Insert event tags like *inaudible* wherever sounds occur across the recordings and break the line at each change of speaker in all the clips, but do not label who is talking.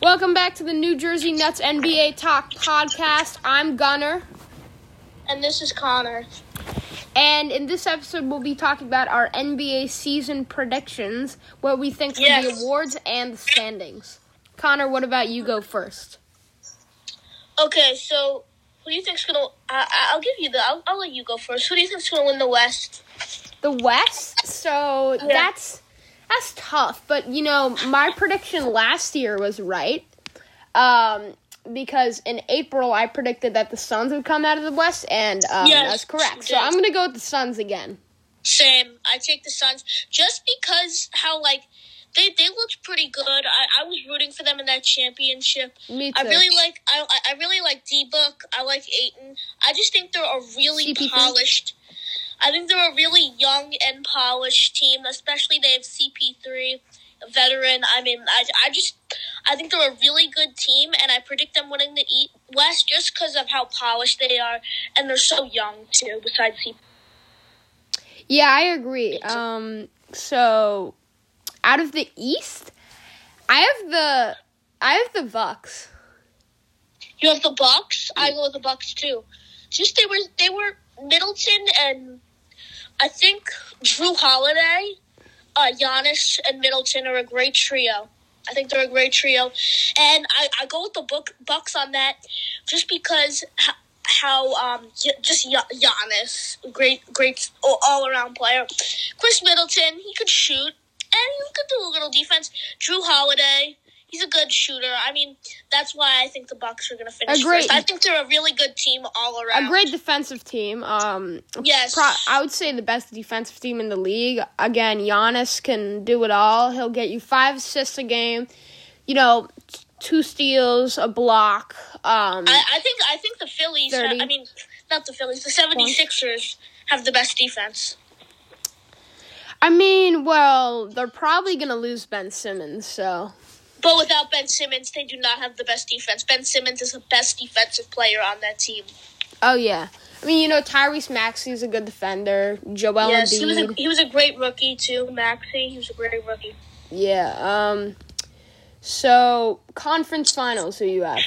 Welcome back to the New Jersey Nuts NBA Talk podcast. I'm Gunner,
And this is Connor.
and in this episode, we'll be talking about our NBA season predictions, what we think for the
Yes.
awards and the standings. Connor, what about you? Go first.
Okay, so who do you think's gonna? I, I- I'll give you the. I'll, I'll let you go first. Who do you think's gonna win the West?
the West. So that's that's tough. But you know, my prediction last year was right. Um, because in April I predicted that the Suns would come out of the West, and um,
Yes,
that's correct. So
you did.
I'm gonna go with the Suns again.
Same. I take the Suns just because how like they they looked pretty good. I, I was rooting for them in that championship.
Me too.
I really like I I- I really like D Book. I like Aiton. I just think they're a really
CP3.
polished. I think they're a really young and polished team, especially they have CP three, a veteran. I mean, I, I just I think they're a really good team, and I predict them winning the E West just because of how polished they are, and they're so young too. Besides CP,
yeah, I agree. Um, so out of the East, I have the I have the Bucks.
you have the Bucks. I go with the Bucks too. Just they were they were Middleton and I think Drew Holiday, uh, Giannis and Middleton are a great trio. I think they're a great trio, and I, I go with the book Bucks on that, just because how, how um Gi- just Gia- Giannis great great all around player, Chris Middleton he could shoot and he could do a little defense. Drew Holiday he's a good shooter. I mean that's why I think the Bucks are gonna finish
great-
first. I think they're a really good team all around.
A great defensive team. Um,
Yes.
pro- I would say the best defensive team in the league. Again, Giannis can do it all. He'll get you five assists a game. You know, t- two steals, a block. Um,
I, I think I think the Phillies. ha-
30.
I mean, not the Phillies. The 76ers have the best defense.
I mean, well, they're probably gonna lose Ben Simmons. So
But without Ben Simmons, they do not have the best defense. Ben Simmons is the best defensive player on that team.
oh yeah. I mean, you know, Tyrese Maxey's a good defender. Joel
yes,
Embiid.
he was a, he was a great rookie too, Maxi. He was a great rookie.
yeah. Um. So conference finals. Who you have?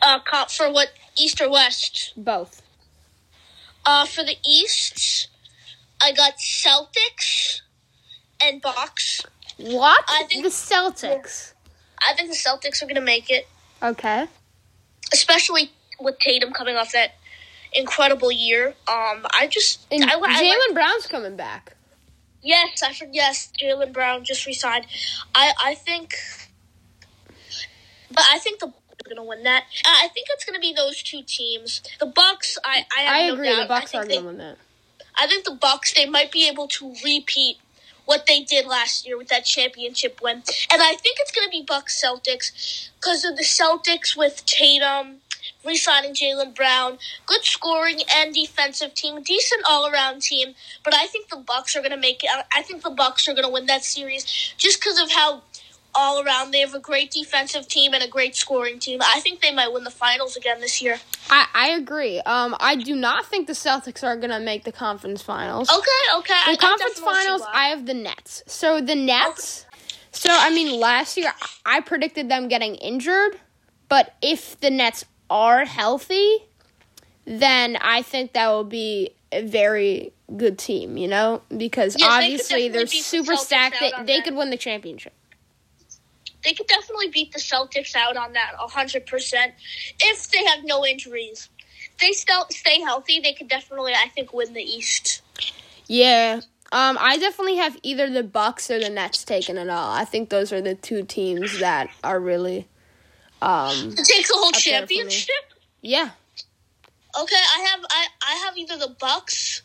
Uh, cop for what East or West?
Both.
Uh, for the East, I got Celtics and Bucks.
What?
I think-
the Celtics.
I think the Celtics are gonna make it,
Okay.
especially with Tatum coming off that incredible year. Um, I just
And
I, li- I like-
Jalen Brown's coming back.
Yes, I for yes, Jalen Brown just resigned. I I think, but I think the Bucks are gonna win that. I I think it's gonna be those two teams. The Bucks, I I, have
I
no
agree.
doubt.
The Bucks
I
are
think they-
going to win that.
I think the Bucks they might be able to repeat what they did last year with that championship win, and I think it's gonna be Bucks Celtics because of the Celtics with Tatum. Resigning Jalen Brown, good scoring and defensive team, decent all around team. But I think the Bucks are gonna make it. I- I think the Bucks are gonna win that series just because of how all around they have a great defensive team and a great scoring team. I think they might win the finals again this year.
I, I agree. Um, I do not think the Celtics are going to make the conference finals.
Okay, okay.
the
I- I
conference
definitely see
finals,
why.
I have the Nets. So the Nets. So, I mean, last year I predicted them getting injured, but if the Nets are healthy, then I think that will be a very good team, you know? Because
Yes, they could
obviously
definitely
they're
beat the
super
Celtics
stacked.
out
They,
on
they
that.
could win the championship.
they could definitely beat the Celtics out on that 100% if they have no injuries. They still stay healthy, they could definitely, I think, win the East. *laughs*
Yeah. Um, I definitely have either the Bucks or the Nets taken at all. I think those are the two teams that are really, um,
Take the whole
there for me.
championship?
yeah.
Okay, I have I, I have either the Bucks,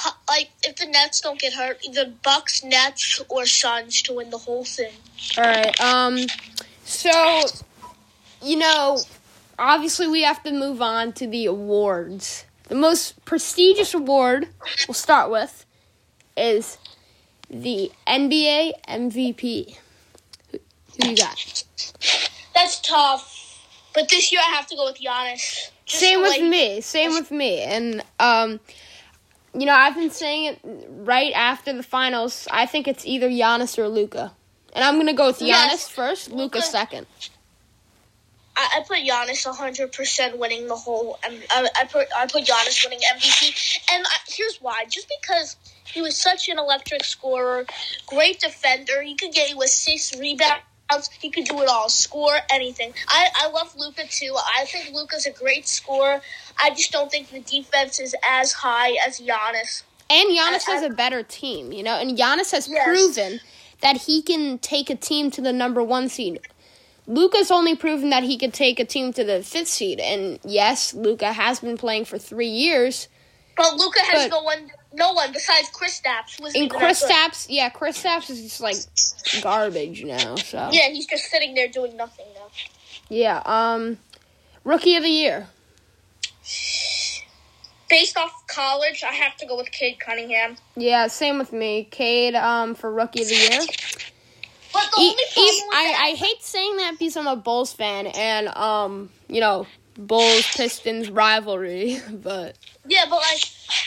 po- like if the Nets don't get hurt, either Bucks, Nets, or Suns to win the whole thing.
All right. Um, so you know, obviously we have to move on to the awards. The most prestigious award we'll start with is the NBA MVP. Who- Who you got?
That's tough, but this year I have to go with Giannis. Just
same
like-
with me same with me and um you know i've been saying it right after the finals i think it's either Giannis or luca And I'm gonna go with Giannis
Yes.
first, Luca
Luka.
second.
I, I put Giannis 100% winning the whole. M- I, I put I put Giannis winning MVP, and I, here's why: just because he was such an electric scorer, great defender. He could get you assists, rebounds. He could do it all, score anything. I I love Luca too. I think Luca's a great scorer. I just don't think the defense is as high as Giannis.
And Giannis
I-
has a better team, you know, and Giannis has
Yes.
proven that he can take a team to the number one seed. Luca's only proven that he could take a team to the fifth seed, and yes, Luca has been playing for three years.
But Luca has
But-
no one, no one besides Kristaps. was
And
even that
Chris
good.
Stapps, yeah, Chris Stapps is just like garbage now. So
Yeah, he's just sitting there doing nothing now.
yeah. Um, rookie of the year.
Based off college, I have to go with Cade Cunningham.
Yeah, same with me. Cade um for rookie of the year.
But the
E-
only
e-
problem with that,
I, I hate saying that because I'm a Bulls fan and um you know Bulls Pistons rivalry, *laughs* but
yeah, but like,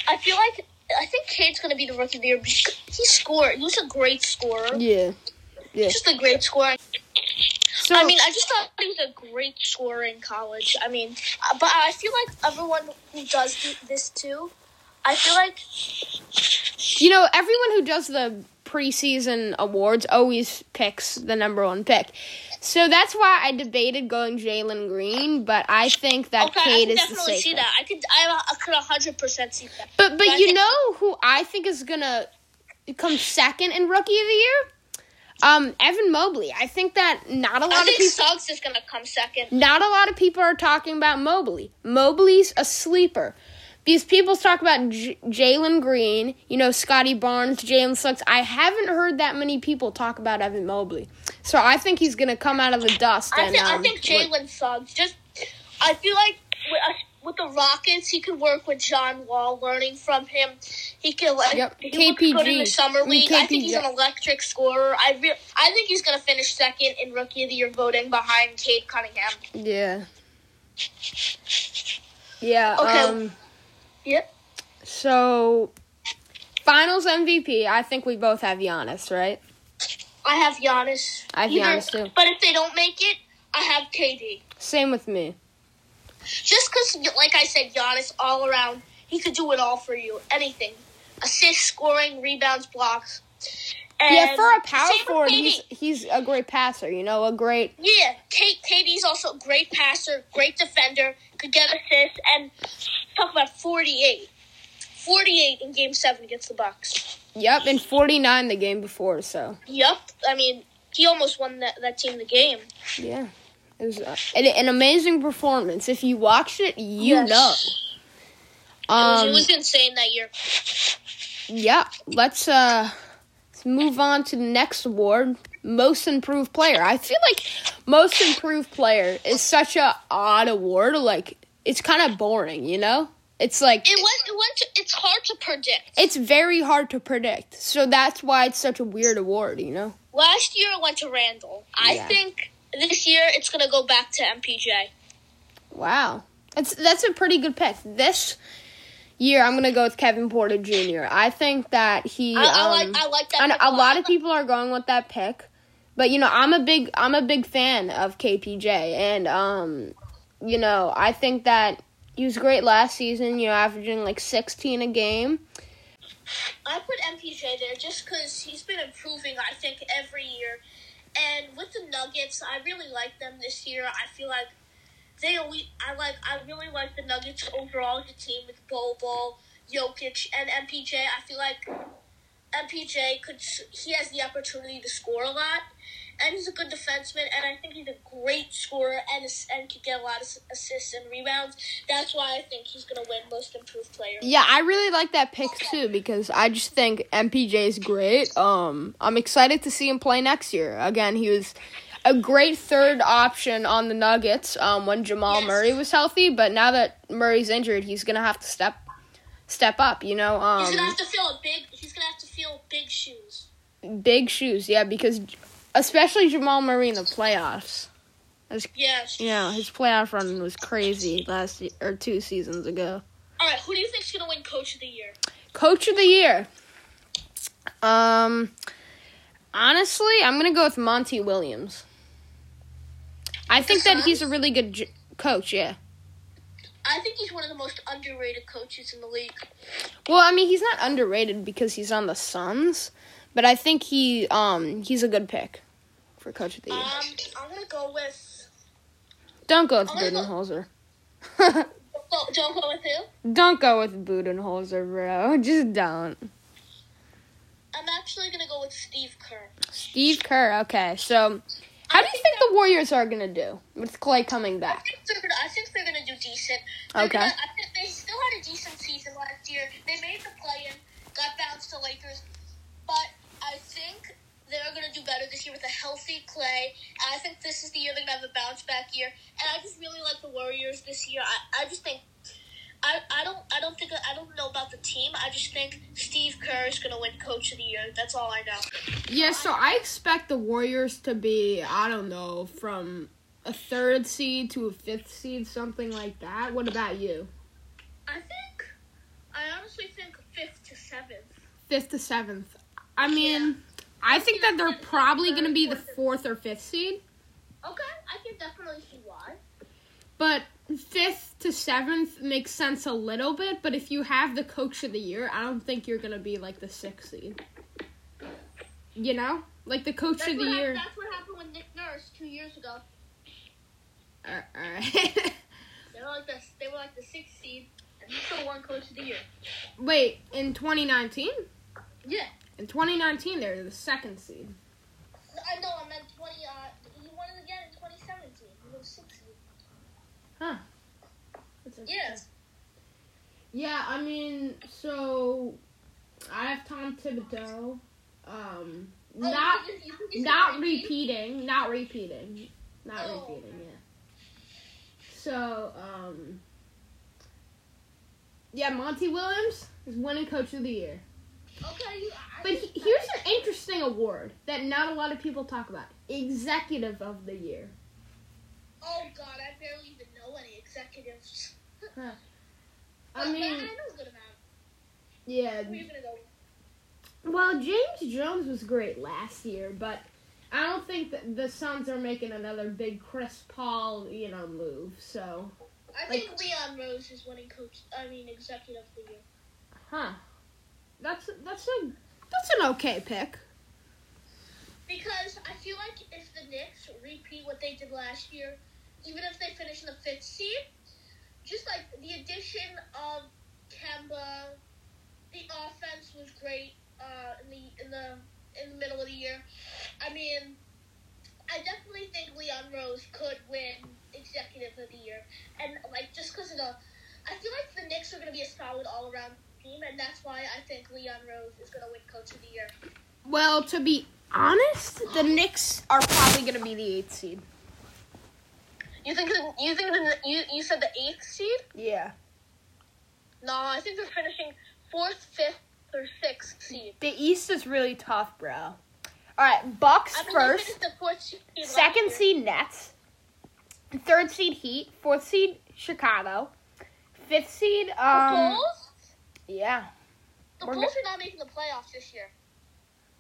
I feel like I think Cade's gonna be the rookie of the year. because He scored. He was a great scorer.
yeah.
Just a great scorer.
So
I mean, I just thought he was a great scorer in college. I mean, uh, but I feel like everyone who does th- this too, I feel like
you know everyone who does the preseason awards always picks the number one pick. So that's why I debated going Jalen Green, but I think that
okay, I
Cade
can
is the
definitely
safe
see
one.
that. I could, I, I could hundred percent see that.
But but
But I
you
think-
know who I think is gonna come second in rookie of the year? Um, Evan Mobley. I think that not a lot
I
of
think
people
Suggs is gonna come second.
not a lot of people are talking about Mobley. Mobley's a sleeper. These people talk about J- Jalen Green, you know, Scotty Barnes, Jalen Suggs. I haven't heard that many people talk about Evan Mobley. So I think he's going to come out of the dust.
I
and,
think, I
um,
think Jalen Suggs just. I feel like with, uh, with the Rockets, he could work with John Wall, learning from him. He can like
Yep,
he looks good in
KPG.
the summer
I mean,
league. I think he's
KPG.
an electric scorer. I re- I think he's gonna finish second in Rookie of the Year voting behind Cade Cunningham.
Yeah. Yeah.
Okay.
Um,
Yep.
so, finals MVP, I think we both have Giannis, right?
I have Giannis.
I have
Either-
Giannis, too.
But if they don't make it, I have KD.
Same with me.
Just because, like I said, Giannis all around, he could do it all for you. Anything, assists, scoring, rebounds, blocks. And
yeah, for a power
same with
forward,
KD.
he's, he's a great passer, you know, a great
Yeah, Kate Katie's also a great passer, great defender, could get assists, and talk about 48. 48 in game 7 against the Bucks.
Yep, and 49 the game before, so.
Yup, I mean, he almost won that, that team the game.
Yeah. It was uh, an, an amazing performance. If you watched it, you
Yes.
know.
It was,
Um,
it was insane that year.
yeah, let's uh let's move on to the next award, most improved player. I feel like most improved player is such a odd award, like it's kind of boring, you know? It's like
It went, it went to, it's hard to predict.
it's very hard to predict. So that's why it's such a weird award, you know?
Last year it went to Randall. I
Yeah.
think this year it's going to go back to MPJ.
Wow. That's that's a pretty good pick. This year I'm gonna go with Kevin Porter Jr. I think that he
I, I
um,
like I like that.
and
pick
a lot
I
of people are going with that pick. But you know, I'm a big I'm a big fan of KPJ and um you know, I think that he was great last season, you know, averaging like 16 a game.
I put MPJ there just because he's been improving, I think, every year. And with the Nuggets, I really like them this year. I feel like they always, I like, I really like the Nuggets overall as a team with Bobo, Jokic, and MPJ. I feel like MPJ could, s- he has the opportunity to score a lot. And he's a good defenseman, and I think he's a great scorer and ass- and could get a lot of s- assists and rebounds. That's why I think he's going to win Most Improved Player.
Yeah, I really like that pick too because I just think MPJ is great. Um, I'm excited to see him play next year. Again, he was a great third option on the Nuggets um, when Jamal
Yes.
Murray was healthy, but now that Murray's injured, he's gonna have to step step up. You know,
He's gonna have
um,
to fill a big. He's gonna have to fill big shoes.
big shoes. Yeah, because especially Jamal Murray in the playoffs.
Yes.
You know, his playoff run was crazy last year, or two seasons ago.
All right. Who do you think's gonna win Coach of the Year?
Coach of the year. Um, Honestly, I'm gonna go with Monty Williams. I think that he's a really good j- coach. Yeah.
I think he's one of the most underrated coaches in the league.
Well, I mean, he's not underrated because he's on the Suns, but I think he um he's a good pick for coach of the
Um,
year.
I'm gonna go with.
Don't go with
I'm gonna go-
Budenholzer. *laughs*
Oh, don't go with who?
don't go with Budenholzer, bro. *laughs* Just don't.
I'm actually gonna go with Steve Kerr.
Steve Kerr. Okay, so how do you think the Warriors are gonna do with Clay coming
I
back?
think they're gonna. I think they're gonna do decent. They're
Okay.
Gonna, I think they still had a decent season last year. They made the play-in, got bounced to Lakers, but I think they're gonna do better this year with a healthy Clay. And I think this is the year they're gonna have a bounce back year. And I just really like the Warriors this year. I, I just think. I, I don't I don't think I don't know about the team. I just think Steve Kerr is gonna win Coach of the Year. That's all I know.
Yeah, so I expect the Warriors to be, I don't know, from a third seed to a fifth seed, something like that. What about you?
I think I honestly think fifth to seventh.
Fifth to seventh. I mean, I think that they're probably going to be the fourth or fifth seed,
Okay, I can definitely see why.
but fifth to seventh makes sense a little bit. But if you have the coach of the year, I don't think you're going to be like the sixth seed. You know? Like the coach of the
what hap-
year.
that's what happened with Nick Nurse two years ago.
All right. *laughs*
They were like the they were like the sixth seed, and he still won Coach of the Year.
Wait, in 2019?
Yeah.
In 2019, they're the second seed.
I know. I meant twenty. Uh, he won it again in twenty seventeen. He was sixth seed. Yeah.
Yeah, I mean, so I have Tom Thibodeau. Um, not
Oh, you think- you think he's
not
gonna repeat?
repeating, not repeating, not
Oh.
repeating. Yeah. So, um, yeah, Monty Williams is winning Coach of the Year.
Okay. You, I
But he, here's an interesting award that not a lot of people talk about: Executive of the Year.
oh God, I barely even know any executives.
I
But
mean,
I know a good amount.
yeah,
Who are you gonna go? with?
Well, James Jones was great last year, but I don't think that the Suns are making another big Chris Paul, you know, move. So,
I
Like-
think Leon Rose is winning Coach. I mean, executive of the year.
huh? That's that's a that's an okay pick.
Because I feel like if the Knicks repeat what they did last year, even if they finish in the fifth seed, just like the addition of Kemba, the offense was great uh, in the in the in the middle of the year. I mean, I definitely think Leon Rose could win Executive of the Year, and like just because of the, I feel like the Knicks are going to be a solid all around team, and that's why I think Leon Rose is going to win Coach of the Year.
Well, to be honest, the Knicks are probably going to be the eighth seed.
You think the, you think the, you you said the eighth seed?
Yeah,
No, I think they're finishing fourth, fifth, or sixth seed.
The East is really tough, bro. All right, Bucks
I mean,
first.
they finished the fourth seed. last year.
Second seed Nets. Third seed Heat. Fourth seed Chicago. Fifth seed
The
um
Bulls.
yeah,
The
we're
Bulls are not making the playoffs this year.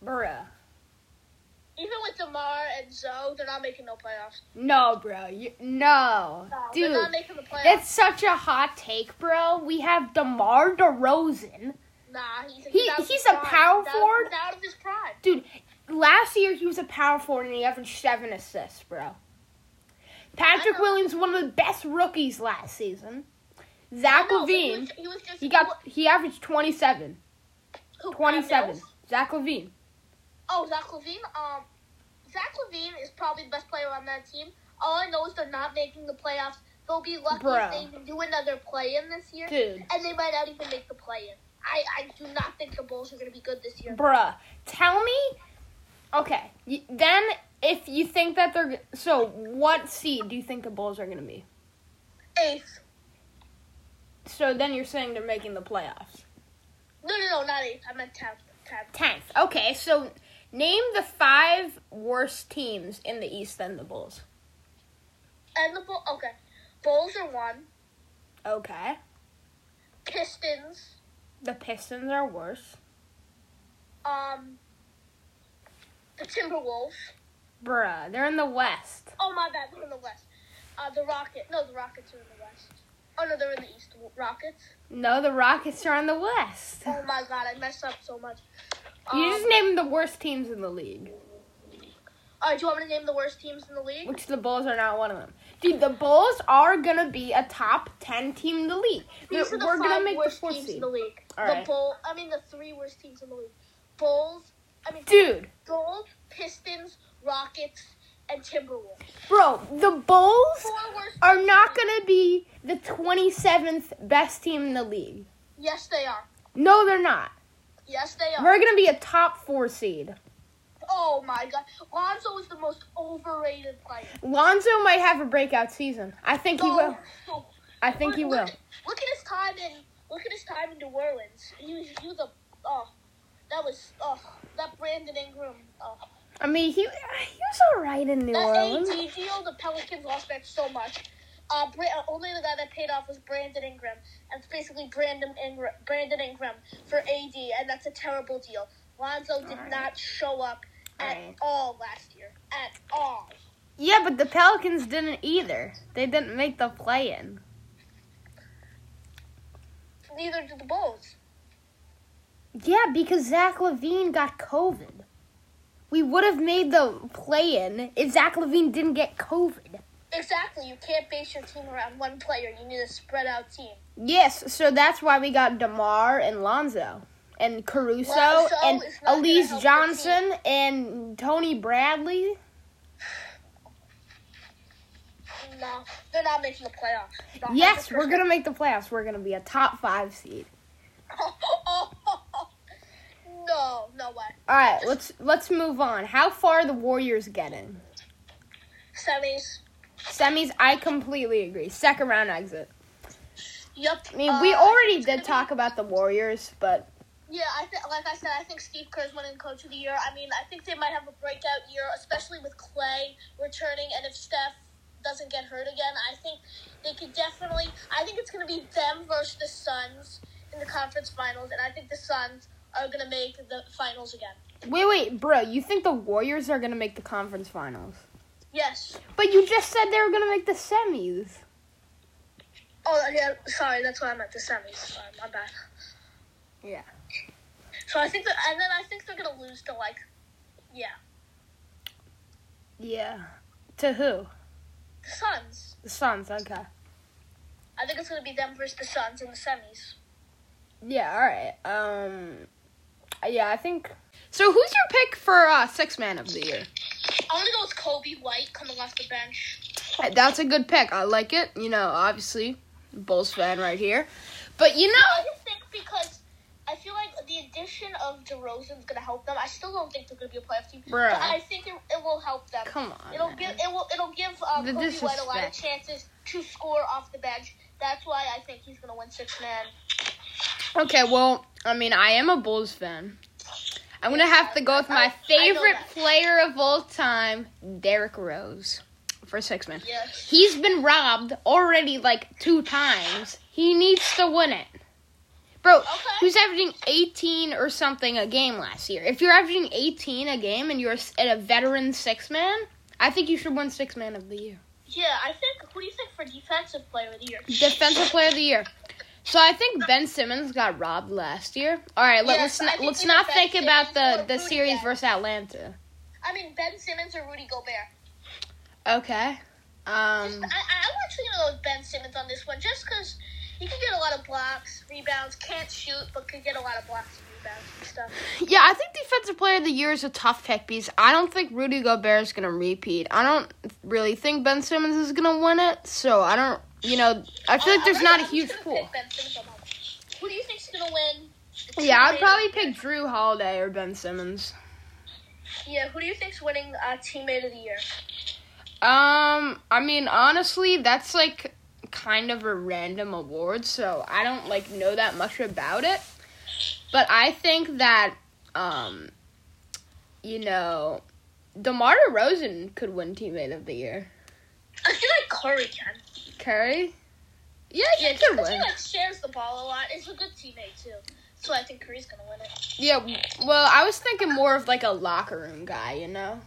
bruh.
Even with Demar and Zoe, they're not making no playoffs.
No, bro. You, no.
No,
Dude,
they're not making the playoffs.
that's such a hot take, bro. We have DeMar DeRozan.
nah, he's,
He-
out of
he's
his
a
prime.
power
He's out-
forward?
He's out of his prime.
Dude, last year he was a power forward and he averaged 7 assists, bro. Patrick
I know.
Williams one of the best rookies last season. Zach
No, but he
Levine,
was, he was just
he got he averaged 27.
who-
27.
Mills?
Zach Levine.
Oh, Zach Levine. Um, Zach Levine is probably the best player on that team. All I know is they're not making the playoffs. They'll be lucky
Bro.
if they even do another play-in this year,
Dude.
and they might not even make the play-in. I, I do not think the Bulls are going to be good this year.
Bruh, tell me. Okay, y- then if you think that they're g- so, what seed do you think the Bulls are gonna be?
Eighth.
So then you're saying they're making the playoffs.
No, no, no, not eighth. I meant tenth. Tenth.
Tenth. Okay, so name the five worst teams in the East than the Bulls.
And the Bull. Okay, Bulls are one.
Okay,
Pistons.
the Pistons are worse.
Um. the Timberwolves.
Bruh, they're in the West.
Oh my bad, they're in the West. Uh, the Rocket. No, the Rockets are in the West. Oh no, they're in the East. Rockets.
No, the Rockets are in the West.
Oh my god, I messed up so much. Um,
You just named the worst teams in the league,
uh, do you want me to name the worst teams in the league?
which the Bulls are not one of them. Dude, the Bulls are gonna be a top ten team in the league.
These
We're
are the
we're
five
gonna make the
worst
fourth
teams in
seed.
the league.
All
the
right.
Bull. I mean, the three worst teams in the league. Bulls. I mean,
Dude,
Bulls, Pistons, Rockets, and Timberwolves.
bro, the Bulls
Four worst.
are
teams
not
in the league.
gonna be the twenty seventh best team in the league.
Yes, they are.
No, they're not.
Yes, they are.
We're gonna be a top four seed.
Oh my god, Lonzo is the most overrated player.
Lonzo might have a breakout season. I think he will.
No.
I think he
Look-
will.
Look, look at his time in look at his time in New Orleans. He was he was a oh that was oh that Brandon Ingram oh
I mean, he he was all right in New
that
Orleans.
AD deal the Pelicans lost that so much. Uh, Bra- uh, only the guy that paid off was Brandon Ingram, and it's basically Brandon Ingram, Brandon Ingram for AD, and that's a terrible deal. Lonzo did
Alright.
not show up at
Alright.
all last year, at all.
Yeah, but the Pelicans didn't either. They didn't make the play in.
Neither did the Bulls.
Yeah, because Zach Levine got COVID. We would have made the play in if Zach Levine didn't get COVID.
Exactly, you can't base your team around one player. You need a spread out team.
Yes, so that's why we got DeMar and Lonzo and Caruso
Lonzo
and
is not gonna
Elise
help your
Johnson and Tony Bradley.
No, they're not making the playoffs. Not
Yes,
100%.
we're gonna make the playoffs. We're gonna be a top five seed.
*laughs* no, no way.
All right, let's let's move on. How far are the Warriors getting?
Semis.
Semis, I completely agree. Second round exit.
Yep.
I mean,
uh,
we already
it's gonna
did talk about the Warriors, but
Be, yeah, I th- like I said, I think Steve Kerr's winning Coach of the Year. I mean, I think they might have a breakout year, especially with Clay returning, and if Steph doesn't get hurt again, I think they could definitely. I think it's going to be them versus the Suns in the conference finals, and I think the Suns are going to make the finals again.
wait, wait, bro, you think the Warriors are gonna make the conference finals?
Yes.
But you just said they were gonna make the semis.
Oh, yeah. Sorry, that's what I meant. The semis. Sorry, my bad.
Yeah.
So I think that, and then I think they're gonna lose to like, yeah,
Yeah. To who?
the Suns.
The Suns. Okay.
I think it's gonna be them versus the Suns in the semis.
Yeah. All right. Um. Yeah, I think. So who's your pick for uh, six man of the year?
I wanna go with Kobe White coming off the bench.
That's a good pick. I like it. You know, obviously, Bulls fan right here. But you know,
I just think because I feel like the addition of DeRozan's gonna help them. I still don't think they're gonna be a playoff team,
Bruh.
but I think it, it will help them.
come on.
It'll
man.
give it will it'll give um,
The
Kobe White a lot of
disrespect.
chances to score off the bench. That's why I think he's gonna win six man.
Okay, well, I mean, I am a Bulls fan. I'm gonna have to go with
I- I
my
know
favorite
that.
player of all time, Derrick Rose, for six man.
Yes.
He's been robbed already like two times. He needs to win it. Bro, who's averaging 18 or something a game last year? If you're averaging 18 a game and you're s- at a veteran six man, I think you should win six man of the year.
Yeah, I think. Who do you think for defensive player of the year?
Defensive player of the year. So I think Ben Simmons got robbed last year. All right, let,
Yeah,
let's
so I
not,
think
let's
either
not
Ben
think about the
Simmons or
the
Rudy
series
Gay.
versus Atlanta.
I mean, Ben Simmons or Rudy Gobert.
Okay.
Just-
Um.
I, I- I'm actually gonna go with Ben Simmons on this one, just because he can get a lot of blocks, rebounds, can't shoot, but can get a lot of blocks and rebounds and stuff.
Yeah, I think defensive player of the year is a tough pick because I don't think Rudy Gobert is gonna repeat. I don't really think Ben Simmons is gonna win it. So I don't. You know, I feel like
Uh,
there's
I'm
not a
just
huge
gonna
pool.
pick Ben Simmons on that one. Who do you think's gonna win? the
Yeah, I'd
teammate
probably
of the year?
pick Drew Holiday or Ben Simmons.
Yeah, who do you think's winning uh, teammate of the year?
Um, I mean, honestly, that's like kind of a random award, so I don't like know that much about it. But I think that um you know, DeMar DeRozan could win teammate of the year.
I feel like Curry can.
Curry? Yeah, he
Yeah,
could
because he
win.
like shares the ball a lot. He's a good teammate too. So I think Curry's gonna win it.
Yeah, well, I was thinking more of like a locker room guy, you know?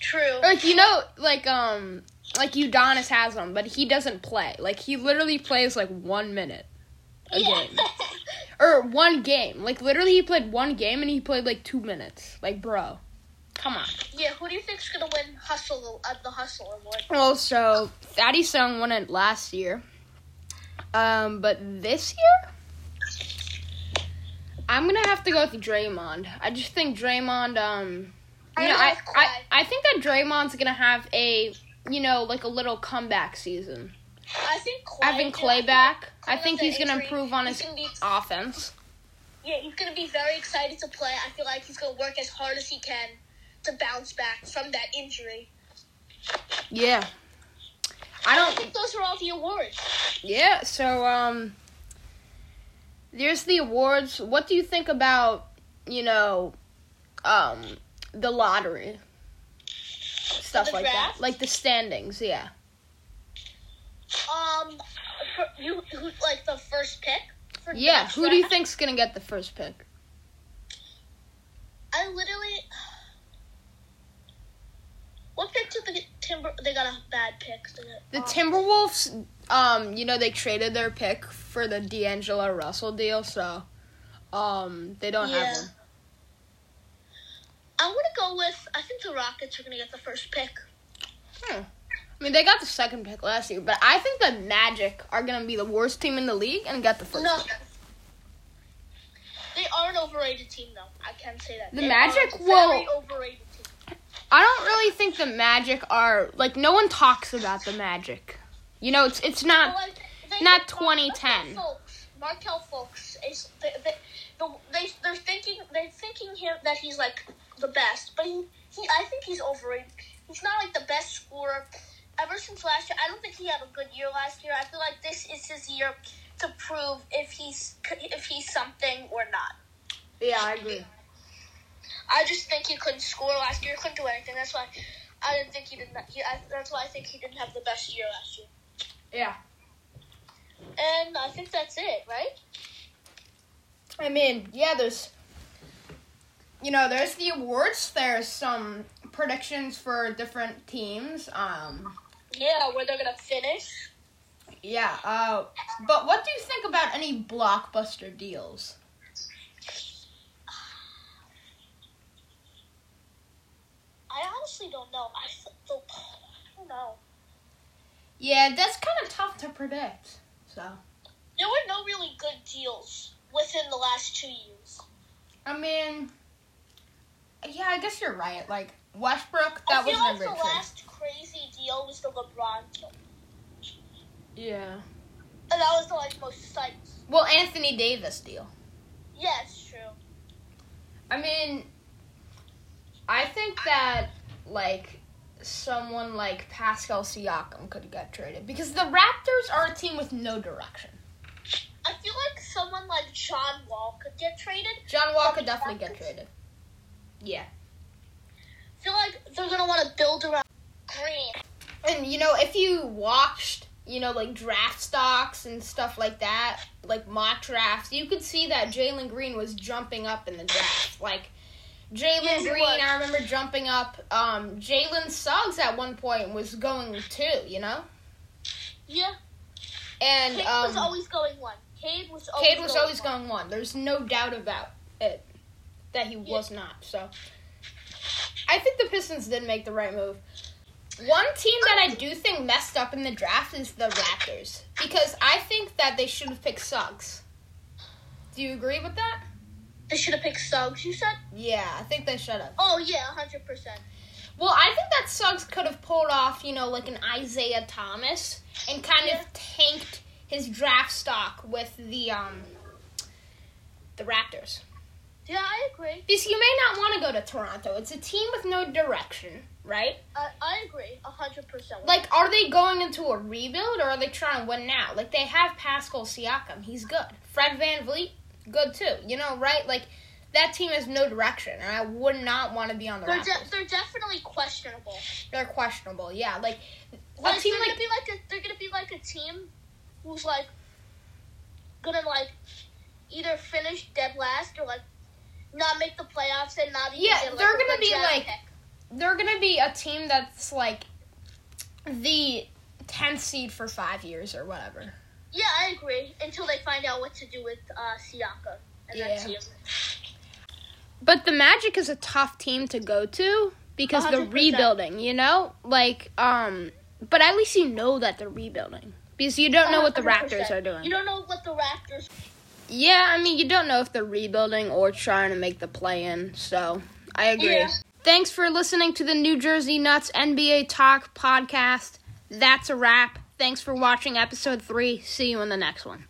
True.
Like you know, like um, like Udonis has him, but he doesn't play. Like he literally plays like one minute a game
*laughs*
or one game. Like literally, he played one game and he played like two minutes. Like bro, come on.
yeah. Who do you think's gonna win Hustle uh, the Hustle Award?
Well, so Fatty Sung won it last year, um, but this year. I'm gonna have to go with Draymond. I just think Draymond, um, you know, I, I, I think that Draymond's gonna have a, you know, like a little comeback season.
I think Clay.
having Clay
Clay-
back.
Clay
I think
with the
he's going to
injury,
improve on
he's
his *laughs*
gonna be-
offense.
Yeah, he's gonna be very excited to play. I feel like he's gonna work as hard as he can to bounce back from that injury.
Yeah. I
I
don't.
think those are all the awards.
Yeah. So um, there's the awards. What do you think about you know, um, the lottery stuff
The
like
draft?
that, like the standings? Yeah.
Um, for you who like the first pick? For
Yeah.
the
Who do you
draft?
think's gonna get the first pick?
I literally. What pick did the Timber? They got a bad pick. They got-
The
um,
Timberwolves. Um, you know they traded their pick for the D'Angelo Russell deal, so um, they don't
Yeah.
have him.
I want to go with. I think the Rockets are gonna get the first pick.
I mean, they got the second pick last year, but I think the Magic are going to be the worst team in the league and get the first.
No.
pick.
They are an overrated team, though. I can say that.
The
They are
Magic?
a Very
Whoa.
overrated team.
I don't really think the Magic are like no one talks about the Magic. You know, it's it's not.
Well, they-
not
Mar-
2010.
Markel Fultz- Markel Fultz is they, they, the- they they're thinking they're thinking him that he's like the best, but he, he I think he's overrated. He's not like the best scorer. Ever since last year, I don't think he had a good year last year. I feel like this is his year to prove if he's if he's something or not.
Yeah, I agree.
I just think he couldn't score last year. Couldn't do anything. That's why I didn't think he didn't. He, I, that's why I think he didn't have the best year last year.
Yeah,
And I think that's it, right?
I mean, yeah. There's, you know, there's the awards. There's some predictions for different teams. Um,
Yeah, where they're gonna finish.
yeah. Uh, but what do you think about any blockbuster deals?
I honestly don't know. I, th- the, I don't know.
Yeah, that's kind of tough to predict. So.
There were no really good deals within the last two years.
I mean, yeah, I guess you're right. Like Westbrook,
I
that
feel
was
like
never
the
true.
last crazy deal was the LeBron deal,
Yeah.
and that was the like most sites.
Well, Anthony Davis deal.
Yeah, it's true.
I mean, I think that like someone like Pascal Siakam could get traded because the Raptors are a team with no direction.
I feel like someone like John Wall could get traded.
John Wall could definitely get traded. Yeah.
I feel like they're gonna want to build around Green.
And you know, if you watched, you know, like draft stocks and stuff like that, like mock drafts, you could see that Jalen Green was jumping up in the draft. Like Jalen
Yes, he
Green,
was.
I remember jumping up. Um, Jalen Suggs at one point was going two, you know,
Yeah,
and
Cade was
um,
always going one. Cade was always
Cade was
going
always
one.
going one. There's no doubt about it that he was not. So I think the Pistons did make the right move. One team that I do think messed up in the draft is the Raptors because I think that they should have picked Suggs. Do you agree with that?
They should have picked Suggs. You said?
Yeah, I think they should have.
Oh yeah, hundred percent.
Well, I think that Suggs could have pulled off, you know, like an Isaiah Thomas and kind
Yeah.
of tanked his draft stock with the um the Raptors.
Yeah, I agree.
Because you may not want to go to Toronto. It's a team with no direction, right?
I, I agree, hundred percent.
Like, are they going into a rebuild or are they trying to win now? Like, they have Pascal Siakam. He's good. Fred Van Vliet, good too. You know, right? Like, that team has no direction, and I would not want to be on the
They're,
Raptors.
de- they're definitely questionable.
They're questionable, yeah. Like,
Like,
a team
they're
like
gonna be like a, they're gonna be like a team who's like gonna like either finish dead last or like not make the playoffs and not even
Yeah,
get, like,
they're
a
gonna
good
be,
draft
like-
pick.
They're gonna be a team that's like the tenth seed for five years or whatever.
Yeah, I agree. Until they find out what to do with uh, Siaka, and that's
Yeah.
you.
But the Magic is a tough team to go to because they are
100%.
rebuilding, you know? Like, um, but at least you know that they're rebuilding because you don't
Uh,
know what the Raptors are
You
doing.
don't know what the Raptors.
Yeah, I mean, you don't know if they're rebuilding or trying to make the play in, so I agree.
Yeah.
Thanks for listening to the New Jersey Nuts NBA Talk podcast. That's a wrap. Thanks for watching episode three. See you in the next one.